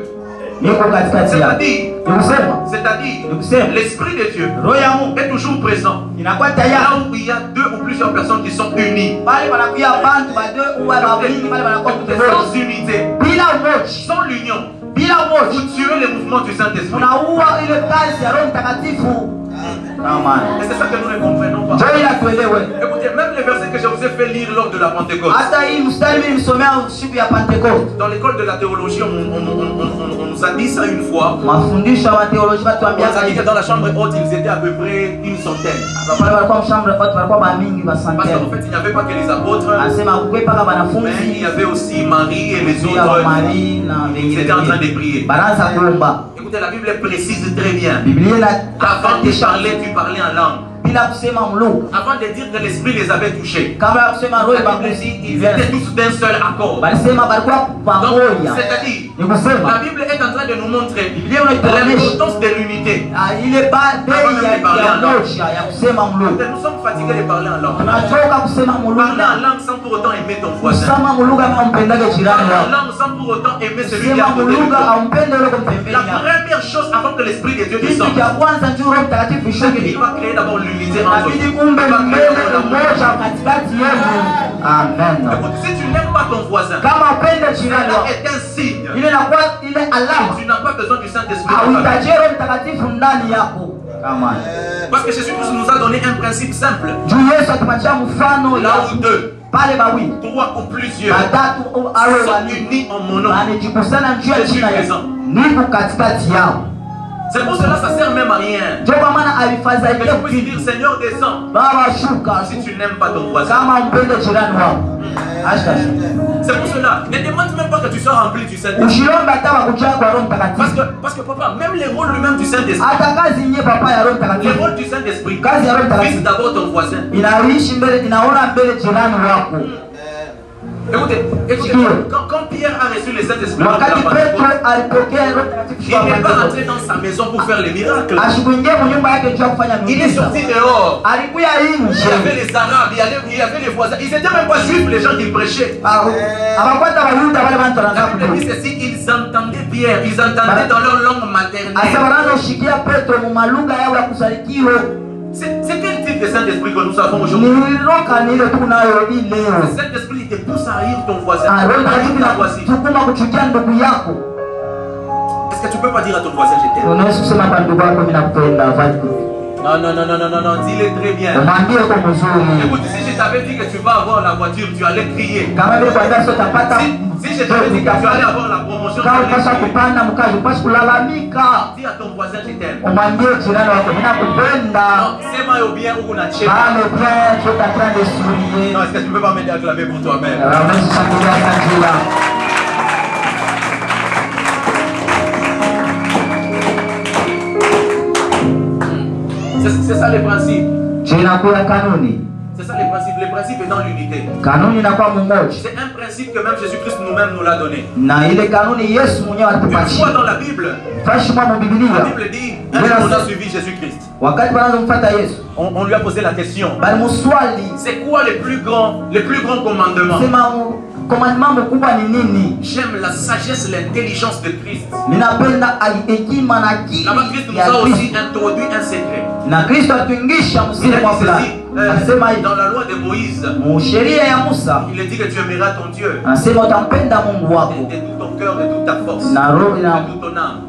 Speaker 2: Niko katikati yao.
Speaker 1: C'est-à-dire,
Speaker 2: Nikusema
Speaker 1: c'est-à-dire,
Speaker 2: Nikusema.
Speaker 1: l'Esprit de Dieu
Speaker 2: roho ya Mungu
Speaker 1: est toujours présent.
Speaker 2: inakuwa tayari
Speaker 1: Là où il y a deux ou plusieurs personnes qui sont unies.
Speaker 2: pale wanakuya bantu badogo wale wawili pale wanakuwa mtu mmoja.
Speaker 1: Sans unité,
Speaker 2: bila umoja,
Speaker 1: sans l'union,
Speaker 2: bila
Speaker 1: vous
Speaker 2: umoja
Speaker 1: tuez le mouvement du Saint-Esprit.
Speaker 2: tunaua ile kazi ya Roho Mtakatifu.
Speaker 1: Et
Speaker 2: Amen.
Speaker 1: c'est ça que nous ne comprenons pas.
Speaker 2: Njoo ili tuelewe.
Speaker 1: Écoutez, même les versets que je vous ai fait lire lors de la Pentecôte,
Speaker 2: Hata hii mstari mimi nimsomea siku ya Pentekoste.
Speaker 1: dans l'école de la théologie, on, on- on- on- on- on nous a dit ça une fois.
Speaker 2: Mafundisho ya teolojia
Speaker 1: On nous
Speaker 2: batuambia
Speaker 1: a dit que
Speaker 2: hivi.
Speaker 1: dans la chambre haute, ils étaient à peu près une centaine.
Speaker 2: Wale walikuwa mshambre watu walikuwa ba mingi ba
Speaker 1: Parce qu'en
Speaker 2: santene.
Speaker 1: fait, il n'y avait pas que les apôtres,
Speaker 2: Anasema kukwepa kama
Speaker 1: mais il y
Speaker 2: wanafunzi
Speaker 1: avait aussi Marie et les
Speaker 2: pia wa
Speaker 1: autres.
Speaker 2: Maria na
Speaker 1: Ils étaient en train de
Speaker 2: wengine.
Speaker 1: prier.
Speaker 2: Baraza kuomba.
Speaker 1: Écoutez, la Bible précise très bien.
Speaker 2: Biblia ina
Speaker 1: Avant de parler, tu parlais en langue.
Speaker 2: bila kusema mlugha.
Speaker 1: Avant de dire que l'Esprit les avait touchés.
Speaker 2: Kabla ya kusema roho
Speaker 1: La Bible dit, ils étaient
Speaker 2: ibaguzi.
Speaker 1: tous d'un seul accord.
Speaker 2: Balisema balikuwa
Speaker 1: Donc,
Speaker 2: pamoja.
Speaker 1: c'est-à-dire,
Speaker 2: Ni kusema
Speaker 1: la Bible est en train de nous montrer
Speaker 2: Biblia unatuonyesha
Speaker 1: l'importance de l'unité.
Speaker 2: Ah, ile ba- bei ya- ya moja ya kusema mlugha.
Speaker 1: Nous sommes fatigués de parler en langue.
Speaker 2: Unachoka kusema
Speaker 1: Parler en
Speaker 2: mlugha,
Speaker 1: langue sans pour autant aimer ton voisin.
Speaker 2: kusema mlugha aumpendage
Speaker 1: Parler
Speaker 2: jirani
Speaker 1: en
Speaker 2: yako,
Speaker 1: langue sans pour autant aimer celui qui est à
Speaker 2: kusema
Speaker 1: côté de
Speaker 2: mlugha
Speaker 1: toi.
Speaker 2: aumpende ule kumpembeni
Speaker 1: La
Speaker 2: yako.
Speaker 1: première chose avant que l'Esprit de Dieu
Speaker 2: Kitu
Speaker 1: descende,
Speaker 2: cha kwanza njoo Roho Mtakatifu
Speaker 1: c'est qu'il
Speaker 2: ishuke,
Speaker 1: va créer d'abord l'unité entre
Speaker 2: inabidi
Speaker 1: nous.
Speaker 2: umbe
Speaker 1: Il va créer d'abord
Speaker 2: mbele
Speaker 1: l'amour.
Speaker 2: mmoja katikati yenu. Amen.
Speaker 1: Écoute, si tu n'aimes pas ton voisin,
Speaker 2: Kama upende jirani
Speaker 1: cela
Speaker 2: yako,
Speaker 1: est Ah un signe.
Speaker 2: ile inakuwa ile alama,
Speaker 1: Tu n'as pas besoin du Saint-Esprit. dans ta vie.
Speaker 2: hauhitaji Roho Mtakatifu ndani yako. Amen.
Speaker 1: Parce que Jésus-Christ nous a donné un principe simple.
Speaker 2: Juu Yesu atupatia mfano ya
Speaker 1: Là où deux,
Speaker 2: pale mawili
Speaker 1: trois ou plusieurs
Speaker 2: watatu au awe
Speaker 1: sont
Speaker 2: wawili
Speaker 1: unis en mon nom.
Speaker 2: anijikusana juu ya jina yao, niko katikati yao.
Speaker 1: C'est pour cela que ça sert même à rien.
Speaker 2: Ndio kwa maana
Speaker 1: Que
Speaker 2: alifadhaika
Speaker 1: tu puisses
Speaker 2: vitu.
Speaker 1: dire Seigneur descends
Speaker 2: Baba shuka
Speaker 1: si tu n'aimes pas ton voisin.
Speaker 2: kama mpende jirani wako, hata shuka.
Speaker 1: C'est pour cela. Ne demande même pas que tu sois rempli du Saint-Esprit.
Speaker 2: Ushiromba hata wa kujaa kwa Roho
Speaker 1: Parce
Speaker 2: Mtakatifu,
Speaker 1: que, parce que papa, même les rôles lui-même du Saint-Esprit,
Speaker 2: hata kazi yenyewe papa ya Roho
Speaker 1: les
Speaker 2: Mtakatifu,
Speaker 1: rôles du Saint-Esprit,
Speaker 2: kazi ya Roho
Speaker 1: vise
Speaker 2: Mtakatifu
Speaker 1: d'abord ton voisin.
Speaker 2: inaishi mbele, inaona mbele jirani wako.
Speaker 1: Écoutez, écoutez
Speaker 2: Dieu.
Speaker 1: quand, quand Pierre a reçu le Saint-Esprit, lors de la
Speaker 2: Wakati Petro
Speaker 1: Pentecôte,
Speaker 2: alipokea Roho
Speaker 1: il
Speaker 2: Mtakatifu kwa
Speaker 1: n'est pas
Speaker 2: Pentekoste,
Speaker 1: rentré dans sa maison pour faire les miracles.
Speaker 2: asikuingia mnyumba yake juu ya kufanya
Speaker 1: Il est
Speaker 2: miujiza,
Speaker 1: sorti dehors.
Speaker 2: alikuya
Speaker 1: Il y avait
Speaker 2: nje.
Speaker 1: les Arabes, il y avait, il y avait les voisins. Ils n'étaient même pas juifs, les gens qui prêchaient.
Speaker 2: Abakwata Bayuda wale bantu
Speaker 1: La
Speaker 2: wanataka
Speaker 1: Bible
Speaker 2: kutoka
Speaker 1: dit ceci, ils entendaient Pierre, ils entendaient dans leur langue
Speaker 2: Asa
Speaker 1: maternelle.
Speaker 2: wananoshikia Petro mumalugha yao ya kuzalikiwa
Speaker 1: C'est c'est quel type de Saint-Esprit que nous avons aujourd'hui
Speaker 2: nililoka nile tunayo hii leo.
Speaker 1: Le Saint-Esprit il te pousse à haïr ton voisin,
Speaker 2: Ah,
Speaker 1: à
Speaker 2: Roho
Speaker 1: haïr
Speaker 2: Mtakatifu
Speaker 1: ta voisine.
Speaker 2: inakusukuma kuchukia ndugu yako.
Speaker 1: Est-ce que tu peux pas dire à ton voisin je t'aime
Speaker 2: Unaweza kusema kwa ndugu yako mimi nakupenda, vaji.
Speaker 1: Non, non, non, non, non, non, non, dis-le très bien.
Speaker 2: mwambie uko mzuri
Speaker 1: Écoute, si je t'avais dit que tu vas avoir la voiture, tu allais crier.
Speaker 2: kama ile kwambia sio utapata
Speaker 1: Si, si je t'avais dit que tu allais avoir la promotion, tu
Speaker 2: kama
Speaker 1: allais
Speaker 2: upasa
Speaker 1: crier.
Speaker 2: kupanda mkazi upasi kulalamika
Speaker 1: Dis à ton voisin, je t'aime.
Speaker 2: umwambie jirani wako mimi nakupenda
Speaker 1: Non, c'est moi ou bien ou on a chez moi.
Speaker 2: pale bien tu tatran de soulier
Speaker 1: Non, est-ce que tu peux pas m'aider à clamer pour toi-même
Speaker 2: Alors, merci, Shangira, Shangira.
Speaker 1: C'est c'est ça le principe.
Speaker 2: Je inakuwa kanuni
Speaker 1: C'est ça le principe. Le principe est dans l'unité.
Speaker 2: kanuni inakuwa mumoja
Speaker 1: C'est un principe que même Jésus-Christ nous-mêmes nous l'a donné.
Speaker 2: na ile kanuni yesu mwenyewe
Speaker 1: Une fois
Speaker 2: atupatia
Speaker 1: dans la Bible,
Speaker 2: fashimwa mu
Speaker 1: la
Speaker 2: bibilia
Speaker 1: Bible dit, un jour on a suivi Jésus-Christ.
Speaker 2: wakati wanazomfata yesu
Speaker 1: On, on lui a posé la question.
Speaker 2: balimuswali
Speaker 1: C'est quoi le plus grand, le plus grand commandement
Speaker 2: sema u- komandema mkubwa ni nini
Speaker 1: J'aime la sagesse, l'intelligence de Christ.
Speaker 2: ninapenda ai- hekima na akili
Speaker 1: Là-bas, Christ nous
Speaker 2: ya
Speaker 1: a
Speaker 2: Kristo.
Speaker 1: aussi introduit un secret.
Speaker 2: na kristo atuingisha msiri
Speaker 1: Il a
Speaker 2: mwa
Speaker 1: dit ceci,
Speaker 2: fulani
Speaker 1: euh,
Speaker 2: anasema hivi,
Speaker 1: dans la loi de Moïse,
Speaker 2: mu sheria ya musa
Speaker 1: il est dit que tu aimeras ton Dieu
Speaker 2: anasema utampenda mungu
Speaker 1: de,
Speaker 2: wako
Speaker 1: de tout ton cœur, de toute ta force,
Speaker 2: na roho na
Speaker 1: de toute ton âme.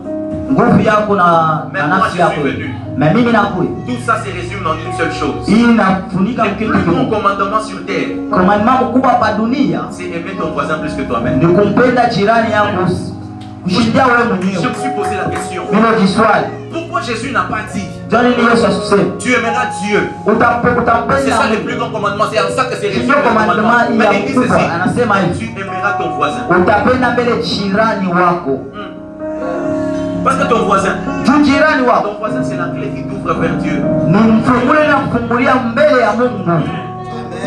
Speaker 2: nguvu yako na na
Speaker 1: Même moi,
Speaker 2: nafsi
Speaker 1: je suis
Speaker 2: yako
Speaker 1: venu.
Speaker 2: na mimi nakuya
Speaker 1: Tout ça se résume en une seule chose.
Speaker 2: hii inafunika
Speaker 1: Le
Speaker 2: kitu
Speaker 1: plus grand
Speaker 2: kimoja
Speaker 1: commandement sur terre,
Speaker 2: komandema mkubwa pa dunia
Speaker 1: c'est aimer ton voisin plus que toi-même.
Speaker 2: ni kumpenda jirani yangu kushindia wewe
Speaker 1: Je
Speaker 2: mwenyewe
Speaker 1: me suis posé la question.
Speaker 2: hilo jiswali
Speaker 1: Pourquoi Jésus n'a pas dit
Speaker 2: jani ni yesu asusema
Speaker 1: tu aimeras Dieu
Speaker 2: Utampe-
Speaker 1: C'est
Speaker 2: utampenda
Speaker 1: ça le
Speaker 2: Mungu.
Speaker 1: plus grand commandement, c'est en ça que c'est résume
Speaker 2: Sio
Speaker 1: le
Speaker 2: komandema
Speaker 1: commandement.
Speaker 2: hii
Speaker 1: Mais il
Speaker 2: ya
Speaker 1: dit ceci,
Speaker 2: mkubwa anasema hivi
Speaker 1: tu aimeras ton voisin.
Speaker 2: utapenda mbele jirani wako
Speaker 1: Hmm. Parce que ton voisin,
Speaker 2: juu jirani wako
Speaker 1: ton voisin c'est la clé qui t'ouvre vers Dieu.
Speaker 2: ni mfungule na kufungulia mbele ya mungu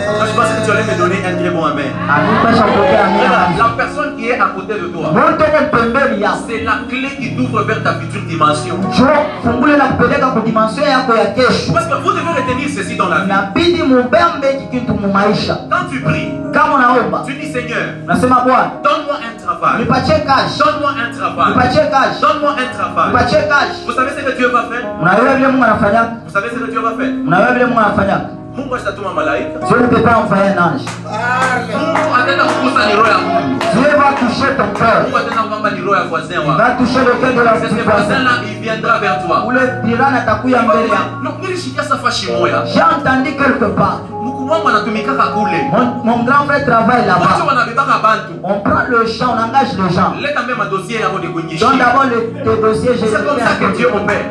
Speaker 1: Moi je pense que tu allais me donner un très bon amen.
Speaker 2: akupesha kupokea
Speaker 1: Voilà,
Speaker 2: mema
Speaker 1: la personne qui est à côté de toi,
Speaker 2: mutone pembeni yako
Speaker 1: c'est la clé qui t'ouvre vers ta future dimension.
Speaker 2: jo fungule na kupeleka kudimension yako ya kesho
Speaker 1: Parce que vous devez retenir ceci dans la vie.
Speaker 2: inabidi mubembe hiki kitu mumaisha
Speaker 1: Quand tu pries,
Speaker 2: kama unaomba
Speaker 1: tu dis Seigneur,
Speaker 2: unasema bwana
Speaker 1: donne-moi un travail.
Speaker 2: nipatie kazi
Speaker 1: Donne-moi un travail.
Speaker 2: nipatie kazi
Speaker 1: Donne-moi un travail.
Speaker 2: nipatie kazi
Speaker 1: Vous savez ce que Dieu va faire
Speaker 2: unaelewa vile mungu anafanyaka
Speaker 1: Vous savez ce que Dieu va faire
Speaker 2: unaelewa vile mungu anafanyaka
Speaker 1: Mungu asitatuma malaika.
Speaker 2: sio upepa mfanyia nanje
Speaker 1: Mungu ataenda kugusa ni roho ya Mungu.
Speaker 2: Dieu va toucher ton cœur.
Speaker 1: Mungu ataenda kwamba ni roho ya voisin
Speaker 2: Il
Speaker 1: wako.
Speaker 2: va toucher le cœur de la
Speaker 1: C'est
Speaker 2: petite
Speaker 1: ce
Speaker 2: voisine.
Speaker 1: voisin là, il viendra vers toi.
Speaker 2: Ule jirani atakuya mbele yako.
Speaker 1: Non, nilishikia safa shimoya.
Speaker 2: J'ai entendu quelque part.
Speaker 1: Mkuu wangu anatumikaka kule.
Speaker 2: Mon, mon grand frère travaille
Speaker 1: Watu
Speaker 2: là-bas.
Speaker 1: wanabebaka bantu.
Speaker 2: On prend le champ, on engage les gens.
Speaker 1: leta mpe madosie yako
Speaker 2: Donc
Speaker 1: nikunyishie
Speaker 2: d'abord le, le dossier, je
Speaker 1: C'est comme ça que Dieu opère.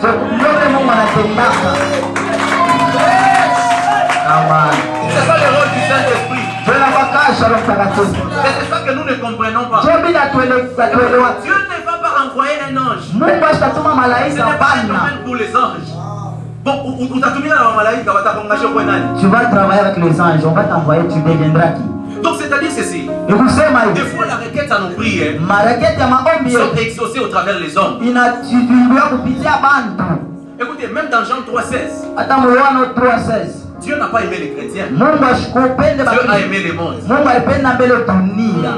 Speaker 1: c'est ça le rôle du Saint-Esprit et c'est ça que nous ne comprenons pas Dieu ne va pas envoyer un ange
Speaker 2: mungu asitatuma
Speaker 1: ce
Speaker 2: malaika
Speaker 1: n'est pas un
Speaker 2: bana
Speaker 1: domaine pour les anges bon u- u- utatumika na mamalaika watakuongasha kwa nani
Speaker 2: tu vas travailler avec les anges on va t'envoyer tu deviendras qui
Speaker 1: donc c'est-à-dire ceci
Speaker 2: ni kusema
Speaker 1: des
Speaker 2: hivi
Speaker 1: fois la requête à nos prières
Speaker 2: marekete ya maombi
Speaker 1: sont
Speaker 2: yetu
Speaker 1: exaucées au travers les hommes
Speaker 2: inatuibiwa kupitia bantu
Speaker 1: écoutez même dans Jean 3.16
Speaker 2: hata muwano 316
Speaker 1: Dieu n'a pas aimé les chrétiens
Speaker 2: mungu ashikupende
Speaker 1: Dieu a
Speaker 2: bakristo.
Speaker 1: aimé le monde
Speaker 2: mungu alipenda mbele dunia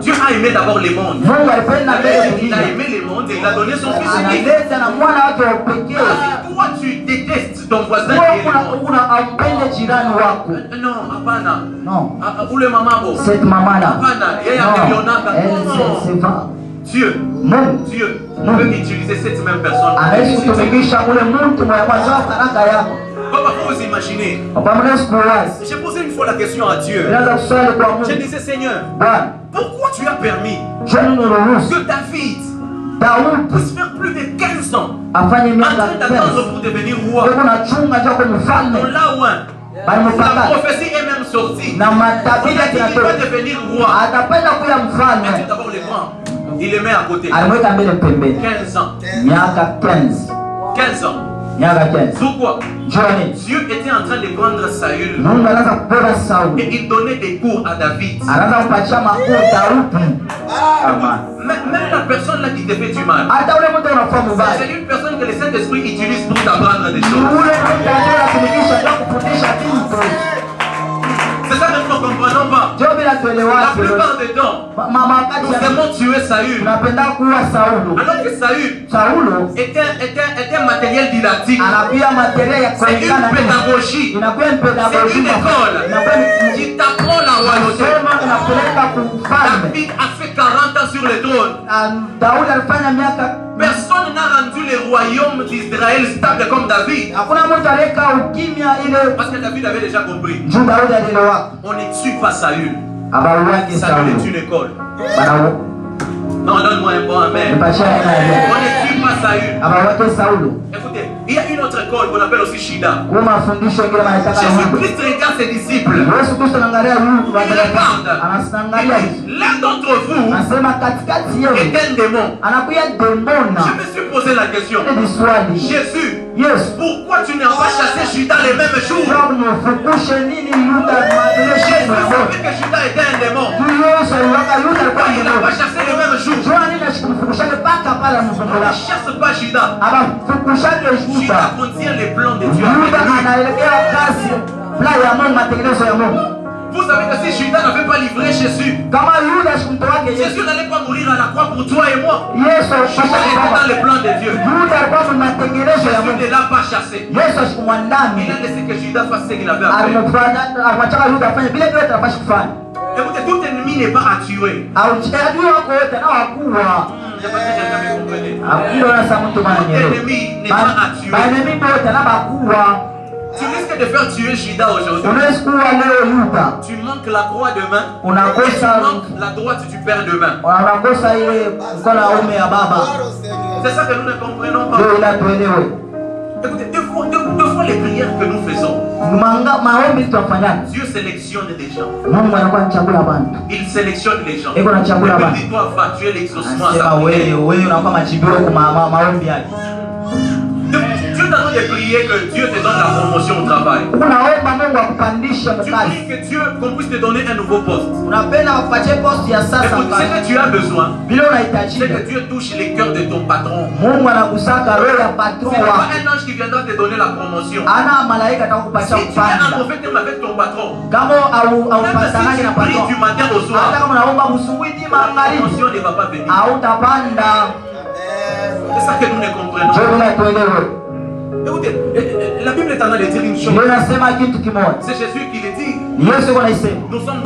Speaker 1: Dieu a aimé d'abord le monde
Speaker 2: mungu alipenda mbele
Speaker 1: il a
Speaker 2: dunia
Speaker 1: aimé le monde et il a donné son fils unique
Speaker 2: analeta na mwana wake wa pekee
Speaker 1: Ah, si toi tu détestes ton voisin qui est le
Speaker 2: Wewe
Speaker 1: monde.
Speaker 2: una- una ampende jirani wako
Speaker 1: Euh, Non, hapana.
Speaker 2: non
Speaker 1: Ah, ah, Ule mamabo.
Speaker 2: cette mamana
Speaker 1: Hapana, yeye amelionaka. Non.
Speaker 2: va
Speaker 1: Dieu,
Speaker 2: mungu
Speaker 1: Dieu
Speaker 2: Non.
Speaker 1: veut utiliser cette même personne.
Speaker 2: anawezi kutumikisha ule mtu mwenye kwanza karaka yako
Speaker 1: Papa, faut vous imaginer.
Speaker 2: pamoja sikuwazi
Speaker 1: J'ai posé une fois la question à Dieu.
Speaker 2: inaweza kuswali kwa
Speaker 1: Je
Speaker 2: mungu
Speaker 1: disais, Seigneur,
Speaker 2: bwana
Speaker 1: pourquoi tu as permis
Speaker 2: jeni niruhusu
Speaker 1: que David
Speaker 2: daudi
Speaker 1: puisse faire plus de 15 ans
Speaker 2: afanye
Speaker 1: en train
Speaker 2: miaka kesi
Speaker 1: d'attendre pour devenir roi
Speaker 2: Mungu na chunga chako
Speaker 1: On
Speaker 2: mfalme
Speaker 1: l'a loin. La
Speaker 2: balimupaka
Speaker 1: prophétie est même sortie.
Speaker 2: na
Speaker 1: On a dit
Speaker 2: matabiri
Speaker 1: qu'il va
Speaker 2: akinatoa
Speaker 1: devenir
Speaker 2: Ah,
Speaker 1: roi.
Speaker 2: atapenda kuya
Speaker 1: Mais Dieu
Speaker 2: mfalme
Speaker 1: d'abord les prend. Il les met à côté.
Speaker 2: alimweka mbele pembeni
Speaker 1: 15 ans.
Speaker 2: miaka 15
Speaker 1: 15 ans.
Speaker 2: miaka 15
Speaker 1: Pourquoi
Speaker 2: joni
Speaker 1: Dieu était en train de prendre Saül
Speaker 2: Mungu anaanza kupora Sauli
Speaker 1: et il donnait des cours à David.
Speaker 2: anaanza kupatia makuu Daudi Amen.
Speaker 1: Même même la personne là qui te fait du mal,
Speaker 2: hata ule mtu unafaa
Speaker 1: c'est
Speaker 2: mubaya
Speaker 1: une personne que le Saint-Esprit utilise pour t'apprendre des
Speaker 2: ule
Speaker 1: choses.
Speaker 2: mtu anajua kumikisha na kufundisha kitu
Speaker 1: C'est ça que nous ne comprenons pas.
Speaker 2: Ndio bila
Speaker 1: La
Speaker 2: tuelewa
Speaker 1: plupart des temps,
Speaker 2: mama wakati
Speaker 1: nous
Speaker 2: ya-
Speaker 1: aimons tuer Saül.
Speaker 2: tunapenda kuwa Saulo
Speaker 1: Alors que Saül
Speaker 2: Saulo
Speaker 1: était, était, était un matériel didactique.
Speaker 2: anapia materia ya
Speaker 1: C'est une
Speaker 2: kuonekana nini.
Speaker 1: pédagogie.
Speaker 2: inakuwa ni
Speaker 1: C'est
Speaker 2: pedagogie
Speaker 1: une école.
Speaker 2: inakuwa ni
Speaker 1: qui t'apprend la royauté.
Speaker 2: sema unapeleka kufalme
Speaker 1: David a fait 40 ans sur le trône.
Speaker 2: Ah, Daudi alifanya miaka
Speaker 1: Personne a rendu le royaume d'Israël stable comme David. Parce que David avait déjà compris. On ne tue pas Saül. Saül est une école. Non, donne-moi un bon amen. On ne tue pas Saül. Écoutez, il y a une autre école qu'on appelle aussi Shida. Jésus-Christ regarde ses disciples. Il regarde. L'un d'entre vous est un démon. Je me suis posé la question. Jésus,
Speaker 2: Yes.
Speaker 1: pourquoi tu n'as pas chassé Judas le même jour Jésus savait que Judas était un démon. Pourquoi il n'a pas chassé le même jour On ne chasse pas Judas. Judas contient les plans de Dieu. avec lui. Vous savez que si Judas n'avait pas livré Jésus, Jésus n'allait pas mourir à la croix pour toi et moi. Judas était dans les plans de Dieu. Jésus ne l'a pas chassé.
Speaker 2: yesu
Speaker 1: Il
Speaker 2: asikumwandame
Speaker 1: a laissé que Judas fasse ce qu'il avait à faire.
Speaker 2: alimufanya akwachaka yuda afanye vile vile tunapasha kufanya
Speaker 1: Écoutez, tout ennemi n'est pas à tuer.
Speaker 2: auchadui wako wote na wakuwa
Speaker 1: Je sais pas si j'ai jamais compris.
Speaker 2: akilona sa mtu
Speaker 1: Tout
Speaker 2: manyero
Speaker 1: ennemi n'est pas à tuer.
Speaker 2: banemi bote na bakuwa
Speaker 1: Tu risques de faire tuer Judas aujourd'hui.
Speaker 2: unawezi kuwa leo yuda
Speaker 1: Tu manques la croix demain. Tu
Speaker 2: unakosa
Speaker 1: manques la droite, tu perds demain.
Speaker 2: unakosa ile mkono wa ume ya baba
Speaker 1: C'est ça que nous ne comprenons pas.
Speaker 2: ndio ila tuelewe
Speaker 1: Écoutez, deux fois, deux- deux fois les prières que nous faisons,
Speaker 2: Manga- maombi tunafanyana
Speaker 1: Dieu sélectionne des gens.
Speaker 2: mungu anakuwa anachagula bantu
Speaker 1: Il sélectionne les gens.
Speaker 2: Eko na chakula
Speaker 1: Le
Speaker 2: bana.
Speaker 1: petit doigt va tuer l'exaucement à sa
Speaker 2: anasema wewe
Speaker 1: prière.
Speaker 2: wewe unakuwa machimbio huko ma- ma- maombi yake
Speaker 1: Dieu Dieu t'a de prier que Dieu te donne la promotion au travail.
Speaker 2: unaomba mungu akupandishe
Speaker 1: Tu
Speaker 2: mkazi
Speaker 1: pries que Dieu qu'on puisse te donner un nouveau poste.
Speaker 2: unapenda wakupatie posti ya sasa
Speaker 1: Écoute,
Speaker 2: pale.
Speaker 1: ce que tu as besoin,
Speaker 2: vile
Speaker 1: c'est
Speaker 2: unahitajika
Speaker 1: que Dieu touche les cœurs de ton patron.
Speaker 2: mungu anakusaka roho ya patron
Speaker 1: Ce n'est pas
Speaker 2: wako
Speaker 1: un ange qui viendra te donner la promotion.
Speaker 2: ana malaika atakupatia
Speaker 1: Si tu es un
Speaker 2: kupanda
Speaker 1: prophète avec ton patron,
Speaker 2: kama au-
Speaker 1: même si
Speaker 2: aupatanaki
Speaker 1: tu
Speaker 2: na
Speaker 1: pries du
Speaker 2: patron
Speaker 1: matin au
Speaker 2: hata
Speaker 1: soir,
Speaker 2: kama unaomba usubuhi ni
Speaker 1: la
Speaker 2: magharibi
Speaker 1: promotion ne va pas
Speaker 2: Ah.
Speaker 1: venir.
Speaker 2: hautapanda
Speaker 1: C'est ça que nous ne comprenons.
Speaker 2: Njoo na tuelewe
Speaker 1: Écoutez, eh, euh, euh, la Bible est en train de dire une chose.
Speaker 2: ndio nasema kitu kimoja
Speaker 1: C'est Jésus qui le dit.
Speaker 2: yesu iko naisema
Speaker 1: Nous sommes